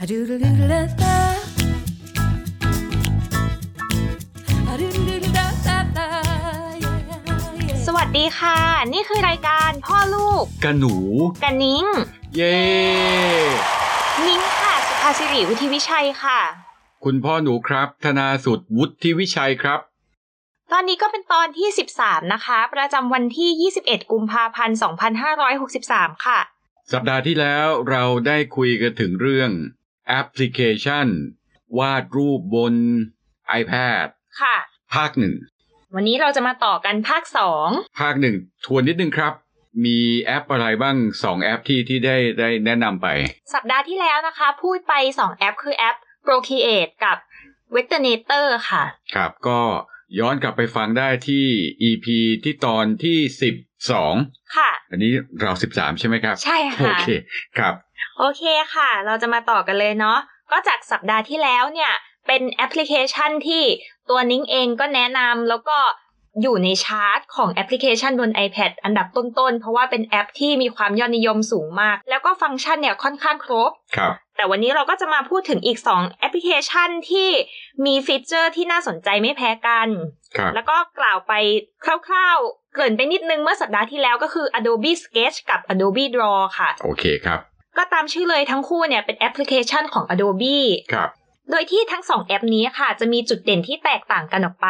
A doodle-doodle da. A doodle-doodle da da da. Yeah, yeah. สวัสดีค่ะ นี่คือรายการพ่อลูก กันหนู กันนิ้ง เย้ นิ้งค่ะสุภาสิริวุฒิวิชัยค่ะ คุณพ่อหนูครับ ธนาสุดวุฒิวิชัยครับ ตอนนี้ก็เป็นตอนที่ 13 นะคะ ประจำวันที่ 21 กุมภาพันธ์ 2563 ค่ะ สัปดาห์ที่แล้วเราได้คุยกันถึงเรื่องแอปพลิเคชัน วาดรูปบน iPad ค่ะ ภาคหนึ่ง วันนี้เราจะมาต่อกันภาค ภาคหนึ่งทวนนิดนึงครับ มีแอปอะไรบ้างสองแอปที่ที่ได้ได้แนะนำไป 2 สัปดาห์ที่แล้วนะคะ พูดไป 2 แอปคือแอป Procreate กับ w e t n a t o r ค่ะ ครับ ก็ย้อนกลับไปฟังได้ที่ EP ที่ตอนที่ 12 ค่ะ อันนี้เรา 13 ใช่ไหมครับ ใช่ โอ ค่ะ เคครับ โอเคค่ะ เราจะมาต่อกันเลยเนาะ ก็จากสัปดาห์ที่แล้วเนี่ย เป็นแอปพลิเคชันที่ตัวนิ้งเองก็แนะนำแล้วก็อยู่ในชาร์ตของแอปพลิเคชันบน iPad อันดับต้นๆ เพราะว่าเป็นแอปที่มีความยอดนิยมสูงมาก แล้วก็ฟังก์ชันเนี่ยค่อนข้างครบ ครับ แต่วันนี้เราก็จะมาพูดถึงอีก 2 แอปพลิเคชันที่มีฟีเจอร์ที่น่าสนใจไม่แพ้กัน ครับ แล้วก็กล่าวไปคร่าวๆ เกริ่นไปนิดนึงเมื่อสัปดาห์ที่แล้วก็คือ Adobe Sketch กับ Adobe Draw ค่ะ โอเคครับ ก็ตามชื่อเลยทั้งคู่เนี่ยเป็นแอปพลิเคชันของ Adobe ครับ โดยที่ทั้งสองแอปนี้ค่ะ จะมีจุดเด่นที่แตกต่างกันออกไป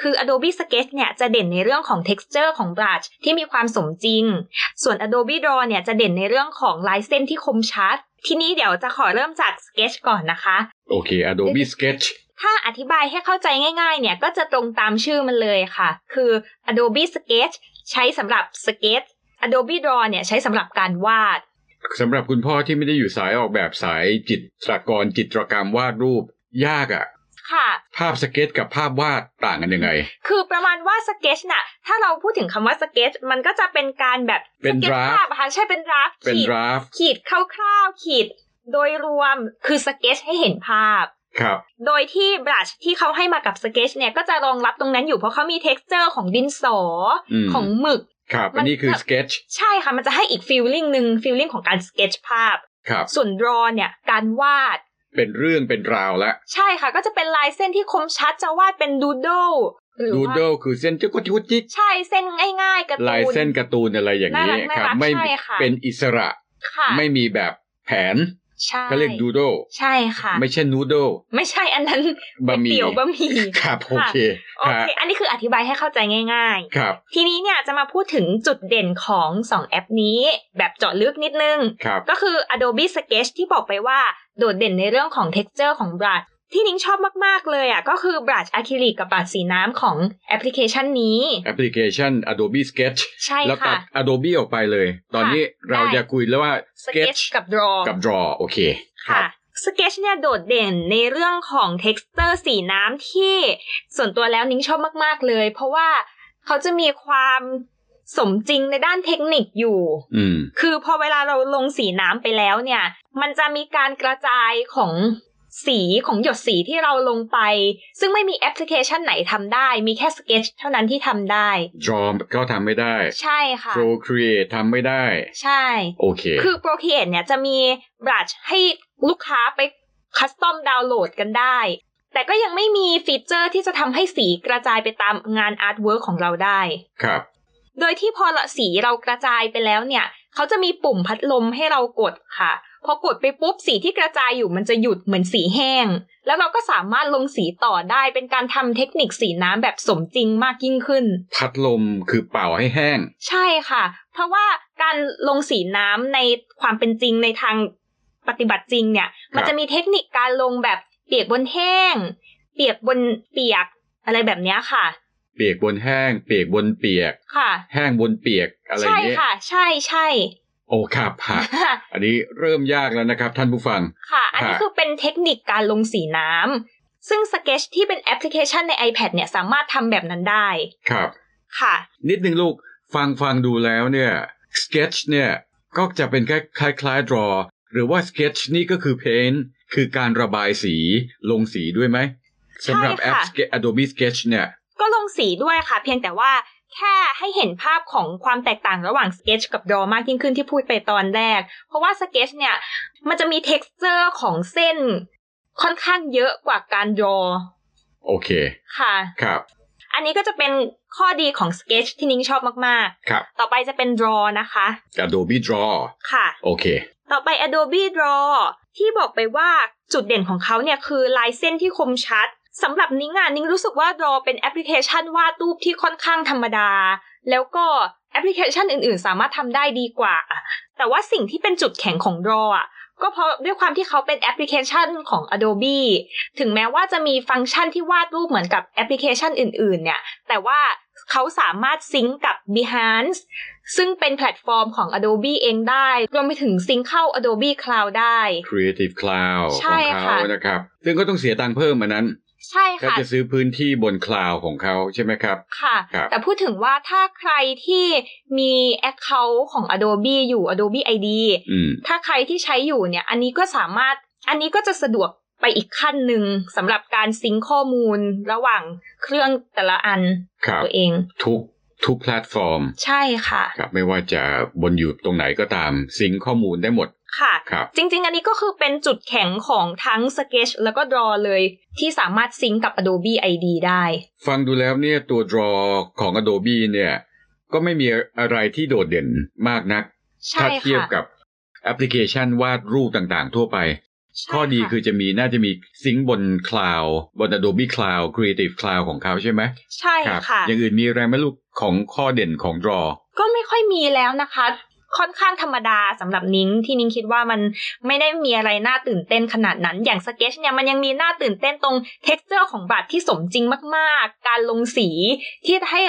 คือ Adobe Sketch เนี่ยจะเด่นในเรื่องของ texture ของ brush ที่มีความสมจริง ส่วน Adobe Draw เนี่ยจะเด่นในเรื่องของลายเส้นที่คมชัด ทีนี้เดี๋ยวจะขอเริ่มจาก Sketch ก่อนนะคะ โอเค Adobe Sketch ถ้าอธิบายให้เข้าใจง่ายๆ เนี่ยก็จะตรงตามชื่อมันเลยค่ะ คือ Adobe Sketch ใช้สำหรับ Sketch Adobe Draw เนี่ยใช้สำหรับการวาด สำหรับคุณพ่อที่ไม่ได้อยู่สายออกแบบสายจิตรกรจิตรกรรมวาดรูป ยากอะ ค่ะ ภาพสเก็ตกับภาพวาดต่างกันยังไง คือประมาณว่าสเก็ตชน่ะ ถ้าเราพูดถึงคำว่าสเก็ตมันก็จะเป็นการแบบ เป็น สก็ต draft ภาพอะค่ะใช่เป็นราฟ เป็น ขีด ดราฟ ขีดคร่าวๆขีด โดยรวมคือสเก็ตให้เห็นภาพ ครับ โดยที่บลัชที่เขาให้มากับสเก็ตเนี่ย ก็จะรองรับตรงนั้นอยู่เพราะเขามีเท็กซ์เจอร์ของดินสออ ม ของหมึก ครับ มั อั น นนี้คือ แบบ Sketch ใช่ค่ะ มันจะให้อีกฟีลลิ่งหนึ่งฟีลลิ่งของการสเก็ตภาพ ครับ ส่วนรอเนี่ยการวาด เป็นเรื่องเป็นราวละ ใช่ค่ะ ก็จะเป็นลายเส้นที่คมชัดจะวาดเป็นดูโดหรือ ดู ว่า โดคือเส้นจุกจิกจิก ใช่เส้นง่ายๆการ์ตูน ลายเส้นการ์ตูนอะไรอย่างนี้ น่ารัก ครั น่า บ รัก ไม่ ใช่ค่ะ เป็นอิสระ ค่ะ ไม่มีแบบแผน ใช่ เขาเรียกดูโด ใช่ค่ะ ไม่ใช่นูโด ไม่ใช่อันนั้น บะหมี่ เตี๋ยวบะหมี่ ครับ โอเค โอเค อันนี้คืออธิบายให้เข้าใจง่าย ครับ ๆ ทีนี้เนี่ยจะมาพูดถึงจุดเด่นของ 2 แอปนี้ แบบเจาะลึกนิดนึง ครับ ก็คือ Adobe Sketch ที่บอกไปว่า โดดเด่นในเรื่องของ texture ของ brush ที่นิ้งชอบมาก ๆ เลยอ่ะก็คือ brush อะคริลิกกับ brush สีน้ำของแอปพลิเคชันนี้ แอปพลิเคชัน Adobe Sketch ใช่ แล้วตั ค่ะ ด Adobe ออกไปเลย ตอนนี้เรา ได้ จะคุยแล้วว่า Sketch Sketch กับ draw กับ Draw โอเค ค่ะ Sketch เนี่ยโดดเด่นในเรื่องของ texture สีน้ำที่ส่วนตัวแล้วนิ้งชอบมาก ๆ เลย เพราะว่าเขาจะมีความสมจริงในด้านเทคนิคอยู่ อืม คือพอเวลาเราลงสีน้ำไปแล้วเนี่ย มันจะมีการกระจายของสีของหยดสีที่เราลงไป ซึ่งไม่มีแอปพลิเคชันไหนทำได้ มีแค่ Sketch เท่านั้นที่ทำได้ Draw ก็ทำไม่ได้ ใช่ค่ะ Procreate ทำไม่ได้ ใช่ โอเค คือ Procreate เนี่ยจะมี brush ให้ลูกค้าไปคัสตอมดาวน์โหลดกันได้ แต่ก็ยังไม่มีฟีเจอร์ที่จะทำให้สีกระจายไปตามงานอาร์ตเวิร์ของเราได้ ครับ โดยที่พอละสีเรากระจายไปแล้วเนี่ย เขาจะมีปุ่มพัดลมให้เรากดค่ะ พอกดไปปุ๊บสีที่กระจายอยู่มันจะหยุดเหมือนสีแห้ง แล้วเราก็สามารถลงสีต่อได้ เป็นการทำเทคนิคสีน้ำแบบสมจริงมากยิ่งขึ้น พัดลมคือเป่าให้แห้ง ใช่ค่ะ เพราะว่าการลงสีน้ำในความเป็นจริงในทางปฏิบัติจริงเนี่ย บ มันจะมีเทคนิคการลงแบบเปียกบนแห้ง เปียกบนเปียกอะไรแบบเนี้ยค่ะ เปียกบนแห้ง เปียกบนเปียก ค่ะ แห้งบนเปียกอะไรอ ใช่ ย่างเงี้ย ค่ะ ใช่ใช่ โอ้ครับฮะ อันนี้เริ่มยากแล้วนะครับท่านผู้ฟัง ค่ะ อันนี้ ฮะ คือเป็นเทคนิคการลงสีน้ำ ซึ่ง Sketch ที่เป็นแอปพลิเคชันใน iPad เนี่ยสามารถทำแบบนั้นได้ ครับ ค่ะ นิดนึงลูกฟังฟังดูแล้วเนี่ย sketch เนี่ยก็จะเป็นคล้ายคล้ายคล้าย draw หรือว่า sketch นี่ก็คือ paint คือการระบายสีลงสีด้วยไหมสำหรับ ใช่ แอ ค่ะ ป Ske- Adobe Sketch เนี่ย ก็ลงสีด้วยค่ะ เพียงแต่ว่า แค่ให้เห็นภาพของความแตกต่างระหว่าง Sketch กับ Draw มากยิ่งขึ้นที่พูดไปตอนแรก เพราะว่า Sketch เนี่ย มันจะมี texture ของเส้นค่อนข้างเยอะกว่าการ Draw โอเค ค่ะ ครับ อันนี้ก็จะเป็นข้อดีของ Sketch ที่นิ้งชอบมาก ครับ ๆ ต่อไปจะเป็น Draw นะคะ Adobe Draw ค่ะ โอเค ต่อไป Adobe Draw ที่บอกไปว่าจุดเด่นของเขาเนี่ยคือลายเส้นที่คมชัดสำหรับนิ้งอ่ะนิ้งรู้สึกว่า Draw เป็นแอปพลิเคชันวาดรูปที่ค่อนข้างธรรมดา แล้วก็แอปพลิเคชันอื่นๆ สามารถทำได้ดีกว่า แต่ว่าสิ่งที่เป็นจุดแข็งของ Draw อ่ะก็เพราะด้วยความที่เขาเป็นแอปพลิเคชันของ Adobe ถึงแม้ว่าจะมีฟังก์ชันที่วาดรูปเหมือนกับแอปพลิเคชันอื่นๆเนี่ยแต่ว่าเขาสามารถซิงก์กับ Behance ซึ่งเป็นแพลตฟอร์มของ Adobe เองได้ รวมไปถึงซิงค์เข้า Adobe Cloud ได้ Creative Cloud ใช่ ของเขา ค่ะ นะครับ ซึ่งก็ต้องเสียตังค์เพิ่มอันนั้น ใช่ ถ้า ค่ะ จะซื้อพื้นที่บนคลาวของเขาใช่ไหมครับ ค่ะ ครับ แต่พูดถึงว่าถ้าใครที่มี Account ของ Adobe อยู่ Adobe ID อืม ถ้าใครที่ใช้อยู่เนี่ย อันนี้ก็สามารถ อันนี้ก็จะสะดวกไปอีกขั้นหนึ่งสำหรับการซิงค์ข้อมูลระหว่างเครื่องแต่ละอัน ครับ ตัวเอง ทุกทุกแพลตฟอร์ม ใช่ค่ะ ครับ ไม่ว่าจะบนอยู่ตรงไหนก็ตาม ซิงค์ข้อมูลได้หมด ค่ะ ครับ จริง ๆ อันนี้ก็คือเป็นจุดแข็งของทั้ง Sketch แล้วก็ Draw เลย ที่สามารถซิงค์กับ Adobe ID ได้ ฟังดูแล้วเนี่ยตัว draw ของ Adobe เนี่ย ก็ไม่มีอะไรที่โดดเด่นมากนัก ใช่ ถ้า ค่ะ เทียบกับแอปพลิเคชันวาดรูปต่างๆ ทั่วไป ใช่ ข้อดี ะ คือจะมีน่าจะมีซิงค์บน Cloud บน Adobe Cloud Creative Cloud ของเขาใช่ไหม ใช่ รับ ค่ะ อย่างอื่นมีอะไรไหมลูกของข้อเด่นของ Draw ก็ไม่ค่อยมีแล้วนะคะ ค่อนข้างธรรมดาสำหรับนิ้งที่นิ้งคิดว่ามันไม่ได้มีอะไรน่าตื่นเต้นขนาดนั้น อย่างสเก็ตเนี่ยมันยังมีน่าตื่นเต้นตรงเท็กเจอร์ของบัตรที่สมจริงมากๆ การลงสีที่ให้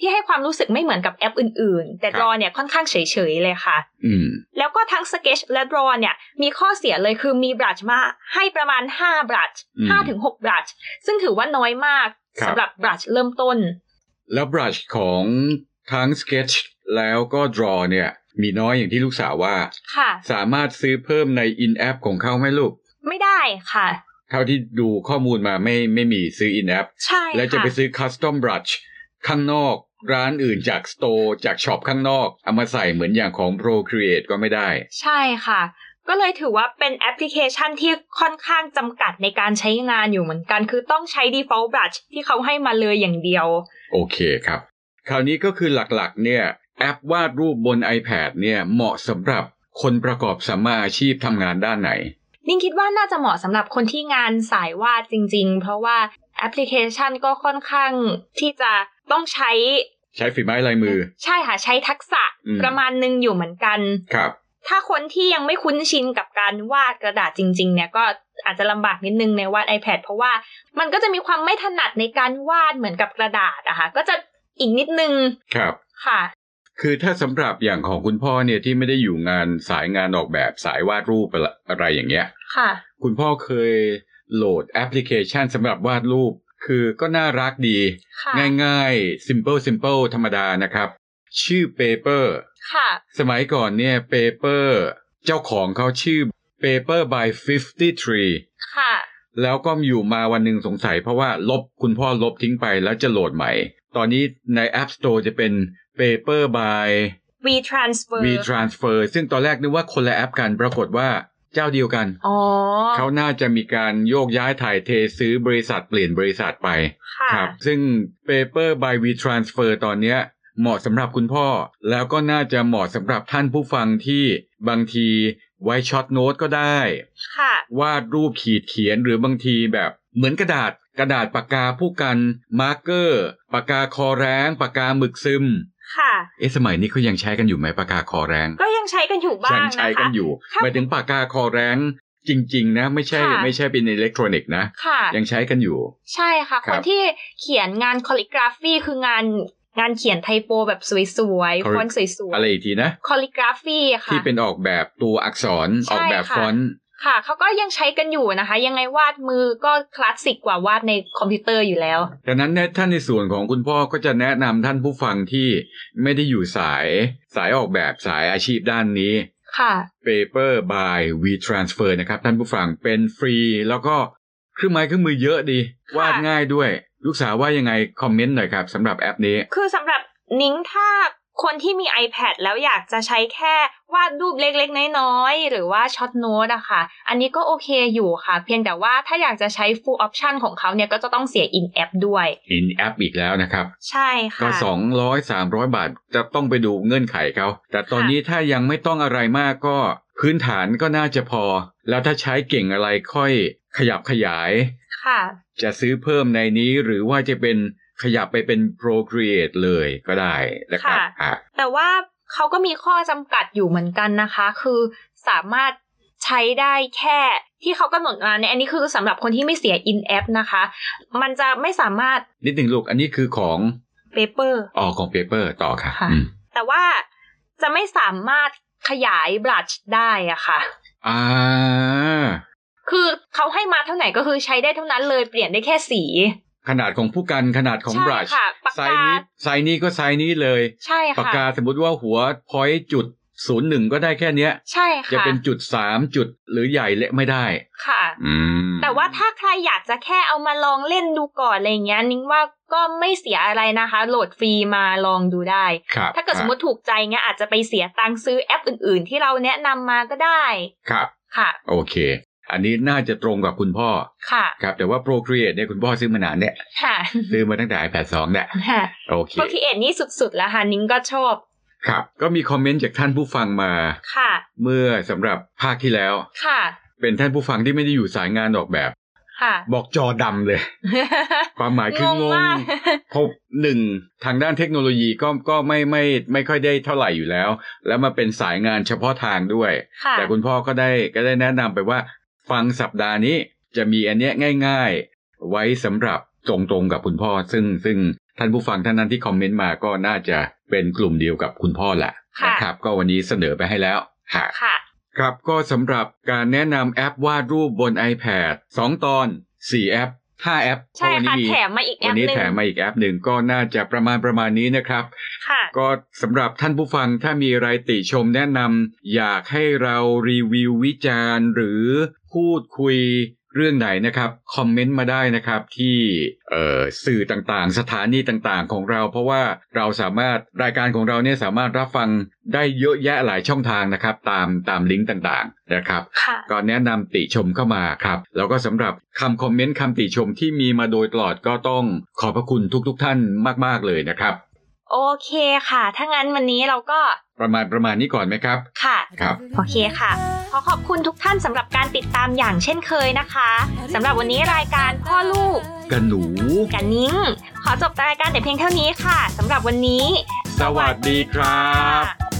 ที่ให้ความรู้สึกไม่เหมือนกับแอปอื่น ๆ แต่ ครับ รอเนี่ยค่อนข้างเฉยๆเลยค่ะ อืม แล้วก็ทั้ง Sketch และ Draw เนี่ยมีข้อเสียเลยคือมีบรัชมาให้ประมาณ 5บรัช อืม 5ถึง6บรัชซึ่งถือว่าน้อยมาก ครับ สำหรับบรัชเริ่มต้น แล้ว brush ของทั้ง sketch แล้วก็ draw เนี่ย มีน้อยอย่างที่ลูกสาวว่า ค่ะ สามารถซื้อเพิ่มใน in app ของเขาไหมลูก ไม่ได้ค่ะ เท่าที่ดูข้อมูลมาไม่ไม่มีซื้อ in app ใช่ และจะ ค่ ไปซื้อ custom brush ข้างนอก ร้านอื่นจาก store จากช็อปข้างนอก เอามาใส่เหมือนอย่างของ procreate ก็ไม่ได้ ใช่ค่ะ ก็เลยถือว่าเป็นแอปพลิเคชันที่ค่อนข้างจำกัดในการใช้งานอยู่เหมือนกัน คือต้องใช้ default brush ที่เขาให้มาเลยอย่างเดียว โอเคครับ คราวนี้ก็คือหลักๆ เนี่ย แอปวาดรูปบน iPad เนี่ย เหมาะสำหรับคนประกอบสัมมาอาชีพทำงานด้านไหน นิ่งคิดว่าน่าจะเหมาะสำหรับคนที่งานสายวาดจริง ๆ เพราะว่าแอปพลิเคชันก็ค่อนข้างที่จะต้องใช้ ใช้ฝีไม้ลายมือ ใช่ค่ะ ใช้ทักษะ อืม ประมาณหนึงอยู่เหมือนกัน ครับ ถ้าคนที่ยังไม่คุ้นชินกับการวาดกระดาษจริง ๆ เนี่ยก็อาจจะลำบากนิดนึงในวาด iPad เพราะว่ามันก็จะมีความไม่ถนัดในการวาดเหมือนกับกระดาษอะค่ะก็จะอีกนิดนึง ครับ ค่ะ คือถ้าสำหรับอย่างของคุณพ่อเนี่ยที่ไม่ได้อยู่งานสายงานออกแบบสายวาดรูปอะไรอะไรอย่างเงี้ย ค่ะ คุณพ่อเคยโหลดแอปพลิเคชันสำหรับวาดรูป คือก็น่ารักดี ค่ะ ง่ายๆ simple simple ธรรมดานะครับ ชื่อ paper ค่ะ สมัยก่อนเนี่ย paper เจ้าของเขาชื่อ paper by 53 ค่ะ แล้วก็อยู่มาวันหนึ่งสงสัยเพราะว่าลบคุณพ่อลบทิ้งไปแล้วจะโหลดใหม่ ตอนนี้ใน App Store จะเป็น paper by V transfer V Transfer ซึ่งตอนแรกนึกว่าคนละแอปกันปรากฏว่าเจ้าเดียวกัน อ๋อ เขาน่าจะมีการโยกย้ายถ่ายเทซื้อบริษัทเปลี่ยนบริษัทไป ค่ะ ครับ ซึ่ง Paper by V Transfer ตอนเนี้ยเหมาะสำหรับคุณพ่อ แล้วก็น่าจะเหมาะสำหรับท่านผู้ฟังที่บางทีไว้ช็อตโน้ตก็ได้ ค่ะ วาดรูปขีดเขียนหรือบางทีแบบเหมือนกระดาษกระดาษปากกาผู้กัน มาร์กเกอร์ปากกาคอแรงปากกาหมึกซึม ค่ะ เอ๊ะสมัยนี้เขายังใช้กันอยู่ไหมปากกาคอแรง ก็ยังใช้กันอยู่บ้างนะคะฉันใช้กันอยู่ ค่ะ หมายถึงปากกาคอแรงจริง ๆ นะ ไม่ใช่ ค่ะ ไม่ใช่เป็นอิเล็กทรอนิกส์นะ ค่ะ ยังใช้กันอยู่ ใช่ค่ะ ค ครับ นที่เขียนงานคอลิกราฟีคืองานงานเขียนไทโปแบบสวยๆฟอนต์สวย อะไรอีกทีนะ ๆคอลิกราฟีค่ะ ที่เป็นออกแบบตัวอักษร ใช่ ออกแบบ ค่ะ ฟอนต์ ค่ะเขาก็ยังใช้กันอยู่นะคะ ยังไงวาดมือก็คลาสสิกกว่าวาดในคอมพิวเตอร์อยู่แล้ว ดังนั้นเนี่ยท่านในส่วนของคุณพ่อก็จะแนะนำท่านผู้ฟังที่ไม่ได้อยู่สายสายออกแบบสายอาชีพด้านนี้ ค่ะ Paper by WeTransfer นะครับท่านผู้ฟังเป็นฟรี แล้วก็เครื่องไม้เครื่องมือเยอะดี ค่ะ วาดง่ายด้วย ลูกสาวว่ายังไงคอมเมนต์หน่อยครับสำหรับแอปนี้ คือสำหรับ นิ้งถ้าคนที่มี iPad แล้วอยากจะใช้แค่วาดรูปเล็กๆ น้อยๆ หรือว่าช็อตโน้ตอะค่ะ อันนี้ก็โอเคอยู่ค่ะ เพียงแต่ว่าถ้าอยากจะใช้ full option ของเขาเนี่ยก็จะต้องเสีย in app ด้วย อินแอปอีกแล้วนะครับ ใช่ ก็ ค่ะ สองร้อยสามร้อยบาทจะต้องไปดูเงื่อนไขเขา แต่ตอน ค่ะ นี้ถ้ายังไม่ต้องอะไรมากก็พื้นฐานก็น่าจะพอ แล้วถ้าใช้เก่งอะไรค่อยขยับขยาย ค่ะ จะซื้อเพิ่มในนี้หรือว่าจะเป็นขยับไปเป็น Procreate เลยก็ได้นะครับ ค่ะ อ่ะ แต่ว่าเขาก็มีข้อจำกัดอยู่เหมือนกันนะคะ คือสามารถใช้ได้แค่ที่เขากำหนดมาเนี่ยอันนี้คือสำหรับคนที่ไม่เสีย in app นะคะ มันจะไม่สามารถ นิดหนึ่งลูกอันนี้คือของ paper ออกของเปเปอร์ต่อค่ะ ค่ะ อืม แต่ว่าจะไม่สามารถขยายบลัชได้อะค่ะ อ่า คือเขาให้มาเท่าไหร่ก็คือใช้ได้เท่านั้นเลยเปลี่ยนได้แค่สี ขนาดของผู้กันขนาดของ ใช่ บรัช ค่ะปากกา ไซส์นี้ไซส์นี้ก็ไซส์นี้เลย ใช่ ปาก ค่ะ กาสมมติว่าหัวพอยจุดศูนย์หนึ่งก็ได้แค่เนี้ย ใช่ จะ ค่ะ เป็นจุดสามจุดหรือใหญ่เละไม่ได้ ค่ะ อืม แต่ว่าถ้าใครอยากจะแค่เอามาลองเล่นดูก่อนอะไรอย่างเงี้ยนิ้งว่าก็ไม่เสียอะไรนะคะ โหลดฟรีมาลองดูได้ ครับ ถ้าเกิดสมม อ่ ติถูกใจเงี้ยอาจจะไปเสียตังค์ซื้อแอปอื่น ๆ ที่เราแนะนำมาก็ได้ ะครับ ค่ะ โอเค อันนี้น่าจะตรงกับคุณพ่อ ค่ะ ครับ แต่ว่า Procreate เนี่ยคุณพ่อซื้อมานานเนี่ย ค่ะ ซื้อมาตั้งแต่ iPad 2เนี่ย ค่ะ โอเค พวกที่เอ็ดนี่สุด ๆ แล้วค่ะนิ้งก็ชอบ ครับ ก็มีคอมเมนต์จากท่านผู้ฟังมา ค่ะ เมื่อสำหรับภาคที่แล้ว ค่ะ เป็นท่านผู้ฟังที่ไม่ได้อยู่สายงานออกแบบ ค่ะ บอกจอดำเลย ความหมายคืองง งงมาก พบหนึ่งทางด้านเทคโนโลยีก็ก็ไม่ไม่ไม่ค่อยได้เท่าไหร่อยู่แล้ว แล้วมาเป็นสายงานเฉพาะทางด้วย ค่ะ แต่คุณพ่อก็ได้ก็ได้แนะนำไปว่า ฟังสัปดาห์นี้จะมีอันเนี้ยง่าย ๆ ไว้สำหรับตรงๆกับคุณพ่อ ซึ่งซึ่งท่านผู้ฟังท่านนั้นที่คอมเมนต์มาก็น่าจะเป็นกลุ่มเดียวกับคุณพ่อแหละ ค่ะ นะครับ ก็วันนี้เสนอไปให้แล้วฮะ ค่ะ ครับก็สำหรับการแนะนำแอปวาดรูปบน iPad 2 ตอน 4 แอป 5 แอป ใช่ เพราะวันนี้ ค่ะ มี แถมมาอีกแอ วั ป นนี้ หนึ่ แถ ง มมาอีกแอปหนึ่งก็น่าจะประมาณประมาณนี้นะครับ ค่ะ ก็สำหรับท่านผู้ฟังถ้ามีอะไรติชมแนะนำอยากให้เรารีวิววิจารณ์ หรือพูดคุยเรื่องไหนนะครับ คอมเมนต์มาได้นะครับที่เอ่อสื่อต่างๆ สถานีต่างๆของเรา เพราะว่าเราสามารถรายการของเราเนี่ยสามารถรับฟังได้เยอะแยะหลายช่องทางนะครับ ตามตามลิงก์ต่างๆนะครับ ค่ะ ก็แนะนำติชมเข้ามาครับ แล้วก็สำหรับคำคอมเมนต์คำติชมที่มีมาโดยตลอดก็ต้องขอบพระคุณทุกๆท่านมากๆเลยนะครับ โอเคค่ะ ถ้างั้นวันนี้เราก็ ประมาณประมาณนี้ก่อนไหมครับ ค่ะ ครับ โอเคค่ะ ขอขอบคุณทุกท่านสำหรับการติดตามอย่างเช่นเคยนะคะสำหรับวันนี้รายการพ่อลูก กันหนู กับนิ้ง ขอจบรายการแต่เพียงเท่านี้ค่ะสำหรับวันนี้ สวัสดีครับ ค่ะ